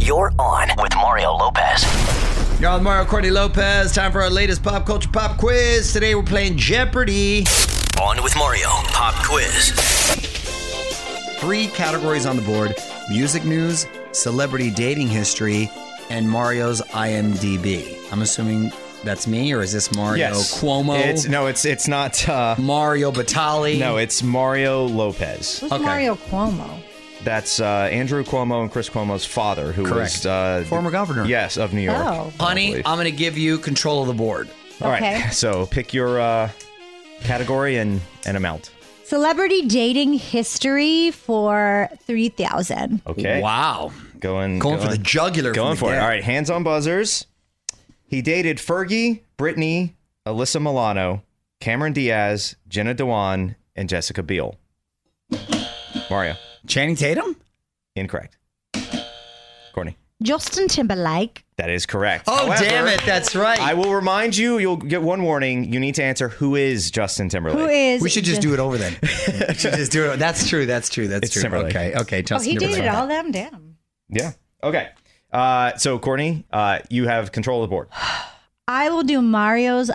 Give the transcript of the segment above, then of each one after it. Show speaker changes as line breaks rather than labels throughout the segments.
You're on with Mario Lopez.
You're on with Mario Courtney Lopez. Time for our latest pop culture pop quiz. Today we're playing Jeopardy.
On with Mario Pop Quiz.
Three categories on the board music news, celebrity dating history, and Mario's IMDb. I'm assuming that's me, or is this Mario Cuomo?
It's no, it's it's not. Uh,
Mario Batali.
no, it's Mario Lopez.
Who's
Okay.
Mario Cuomo?
That's uh, Andrew Cuomo and Chris Cuomo's father, who
Correct.
was uh,
Former governor.
Yes, of New York.
Oh.
Honey, uh,
Lovely.
I'm going to give you control of the board.
All right.
Okay.
So pick your uh, category and and amount.
Celebrity dating history for 3000.
Okay.
Wow.
Going
Going for the jugular. from
Going for
the
it.
get.
All right. Hands on buzzers. He dated Fergie, Brittany, Alyssa Milano, Cameron Diaz, Jenna Dewan, and Jessica Biel. Mario,
Channing Tatum?
incorrect. Courtney,
Justin Timberlake.
that is correct.
Oh,
However,
damn it. That's right.
I will remind you, you'll get one warning. You need to answer who is Justin Timberlake.
Who is
we should just do it over then. we should just do it. That's true. That's true. That's
It's
true.
Timberlake.
Okay. Okay.
Oh,
Justin
he dated
Timberlake.
all them. Damn.
Yeah. Okay. Uh, so, Courtney, uh, you have control of the board.
I will do Mario's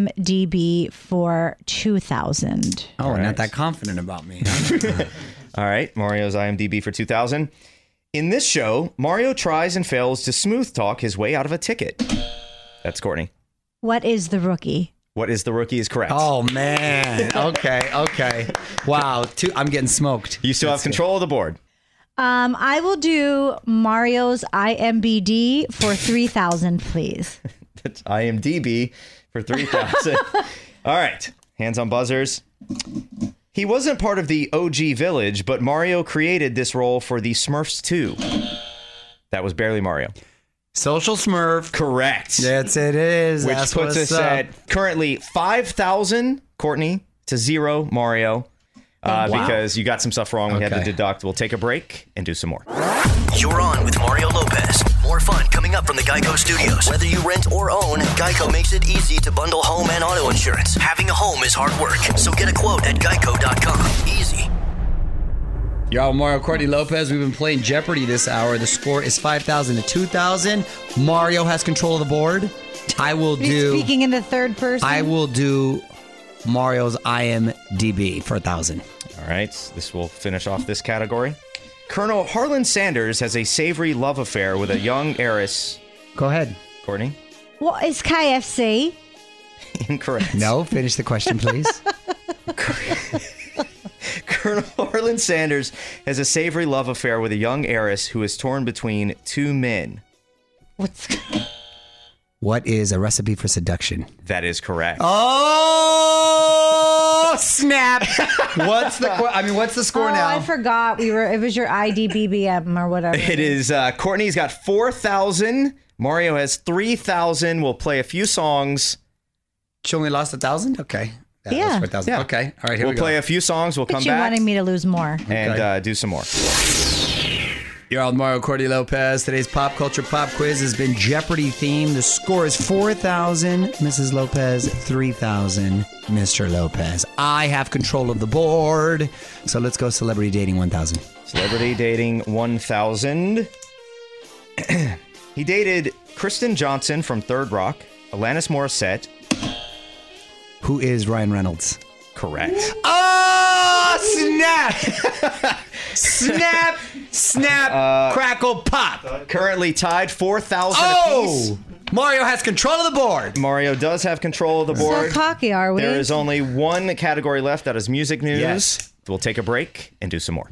IMDb for 2000.
Oh, not that confident about me.
All right, Mario's IMDb for 2000. In this show, Mario tries and fails to smooth talk his way out of a ticket. That's Courtney.
What is the rookie?
What is the rookie is correct.
oh man. Okay. Okay. Wow. Two, I'm getting smoked.
You still have control of the board.
Um, I will do Mario's IMBD for 3000, please.
That's IMDb for 3000. All right, hands on buzzers. He wasn't part of the OG Village, but Mario created this role for the Smurfs 2. That was barely Mario.
Social Smurf.
Correct.
That's it is.
which
That's
puts
what's
us
up.
at currently 5,000, Courtney, to zero, Mario, uh,
you.
because you got some stuff wrong. We had to
Oh, Okay.
deduct. We'll take a break and do some more.
You're on with Mario Lopez. More fun coming up from the Geico Studios. Whether you rent or own, Geico makes it easy to bundle home and auto insurance. Having a home is hard work, so get a quote at geico.com. Easy.
Y'all, with Mario Courtney Lopez. We've been playing Jeopardy this hour. The score is 5,000 to 2,000. Mario has control of the board. I will do.
Speaking in the third person.
I will do Mario's IMDb for a thousand.
All right, this will finish off this category. Colonel Harlan Sanders has a savory love affair with a young heiress.
Go ahead.
Courtney,
What is KFC?
incorrect.
No, finish the question, please.
Colonel Harlan Sanders has a savory love affair with a young heiress who is torn between two men.
What's
what is a recipe for seduction?
That is correct.
Oh snap! what's the? qu- I mean, what's the score
oh,
now?
I forgot. We were. It was your IDBBM or whatever.
It is uh, Courtney's got four thousand. Mario has three thousand. We'll play a few songs.
she only lost a thousand. Okay. That was
Yeah.
for a thousand.
Yeah.
Okay. All right. Here
we'll
we go.
play a few songs. We'll
Look
come
at you
back
wanting
and
me to lose more.
Okay.
uh, do some more.
You're on with Mario Cordy Lopez. Today's pop culture pop quiz has been Jeopardy themed. The score is 4,000, Mrs. Lopez, 3,000, Mr. Lopez. I have control of the board. So let's go celebrity dating 1,000.
Celebrity dating one thousand. he dated Kristen Johnson from Third Rock, Alanis Morissette.
Who is Ryan Reynolds?
Correct.
Oh, snap! snap, snap, crackle, pop.
Currently tied four thousand
Oh!
apiece.
Mario has control of the board.
Mario does have control of the
So
board.
cocky are we?
There is only one category left. That is music news.
Yes.
We'll take a break and do some more.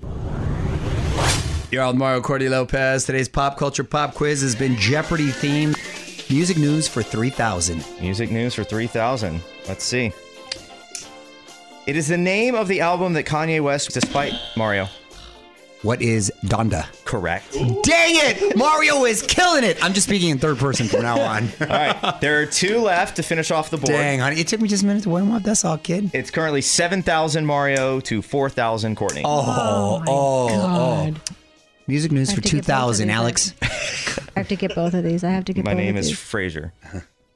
You're on with Mario Cordy Lopez. Today's pop culture pop quiz has been Jeopardy themed. Music news for 3,000.
Music news for 3000. Let's see. It is the name of the album that Kanye West, despite Mario.
What is Donda?
Correct.
Dang it! Mario is killing it! I'm just speaking in third person from now on.
All right. There are two left to finish off the board.
Dang, honey. It took me just a minute to warm up. That's all, kid.
It's currently 7,000 Mario to 4,000 Courtney.
Oh, oh, oh. Music news
I
for
have to get both of
2000,
these
Alex.
I have to get both of these. I have to get.
My
both
name
of
is
these.
Fraser.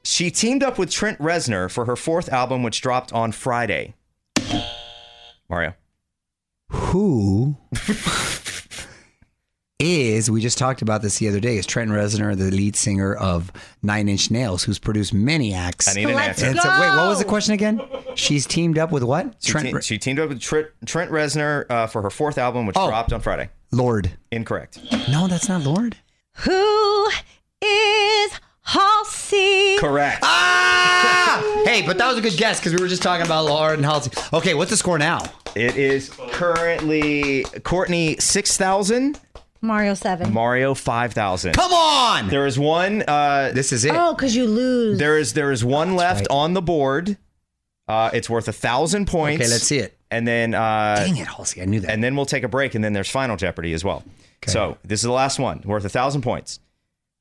She teamed up with Trent Reznor for her fourth album, which dropped on Friday. Mario.
Who is, we just talked about this the other day, is Trent Reznor, the lead singer of Nine Inch Nails, who's produced many acts.
I need an
Let's
answer.
And so, wait, what was the
Go!
question again? She's teamed up with what?
She,
Trent
te-
Re-
she teamed up with Trent, Trent Reznor uh, for her fourth album, which
Oh.
dropped on Friday.
Lord.
Incorrect.
No, that's not Lord.
Who is Halsey?
Correct.
Ah! hey, but that was a good guess because we were just talking about Lord and Halsey. Okay, what's the score now?
It is currently Courtney 6,000,
Mario 7.
Mario 5,000.
Come on!
There is one. Uh,
this is it.
oh, because you lose.
there is there is one left on the board. Uh, it's worth a thousand points.
okay, let's see it.
And then uh,
Dang it, Halsey, I knew that.
and then we'll take a break, and then there's Final Jeopardy as well. So this is the last one, worth a thousand points.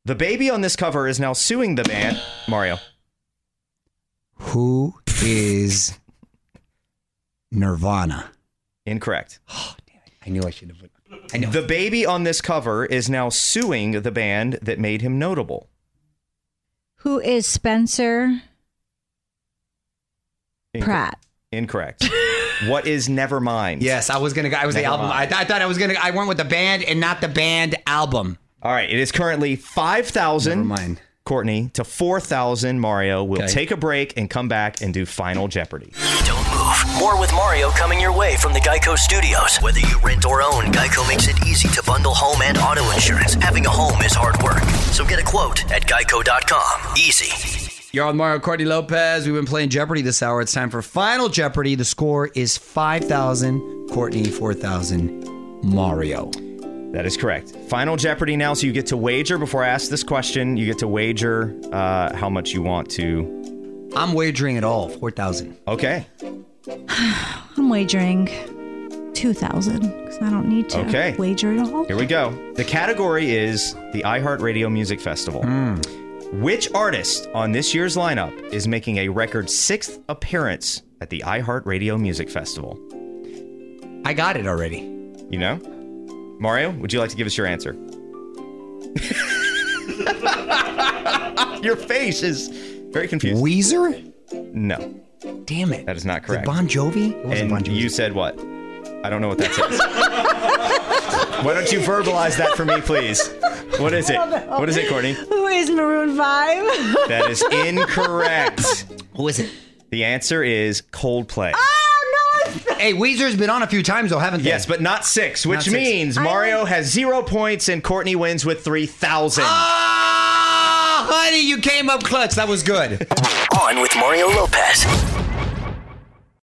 The baby on this cover is now suing the band Mario.
Who is Nirvana?
Incorrect.
I knew I should have.
The baby on this cover is now suing the band that made him notable.
Who is Spencer
Incor-
Pratt?
Incorrect. what is Nevermind?
Yes, I was gonna. go I was the
Never
album. I,
mind.
I thought I was gonna. I went with the band and not the band album.
All right. It is currently five
Never
thousand.
mind.
Courtney to four thousand. Mario. We'll
Okay.
take a break and come back and do Final Jeopardy.
Don't move. More with Mario coming your way from the Geico Studios. Whether you rent or own, Geico makes it easy to bundle home and auto insurance. Having a home is hard work. So get a quote at geico.com. Easy.
You're on Mario Courtney Lopez. We've been playing Jeopardy this hour. It's time for Final Jeopardy. The score is five thousand. Courtney four thousand. Mario.
That is correct. Final Jeopardy now, so you get to wager before I ask this question. You get to wager uh, how much you want to.
I'm wagering it all four thousand.
Okay.
I'm wagering 2,000 because I don't need to
Okay.
wager at all.
Here we go. The category is the iHeartRadio Music Festival. Which artist on this year's lineup is making a record sixth appearance at the iHeartRadio Music Festival?
I got it already.
You know? Mario, would you like to give us your answer? your face is very confused.
Weezer.
no,
Damn it.
that is
Is
not
it
correct.
Bon Jovi. It wasn't
And
Bon Jovi.
you said what? I don't know what that says. Why don't you verbalize that for me, please? What is it? What is it, Courtney?
Who is Maroon Oh, 5?
That is incorrect.
Who is it?
The answer is Coldplay.
Ah! Hey, Weezer's been on a few times though, haven't they?
Yes, but not six,
Not
which
six.
means Mario has zero points and Courtney wins with 3,000.
Ah, honey, you came up clutch. That was good.
On with Mario Lopez.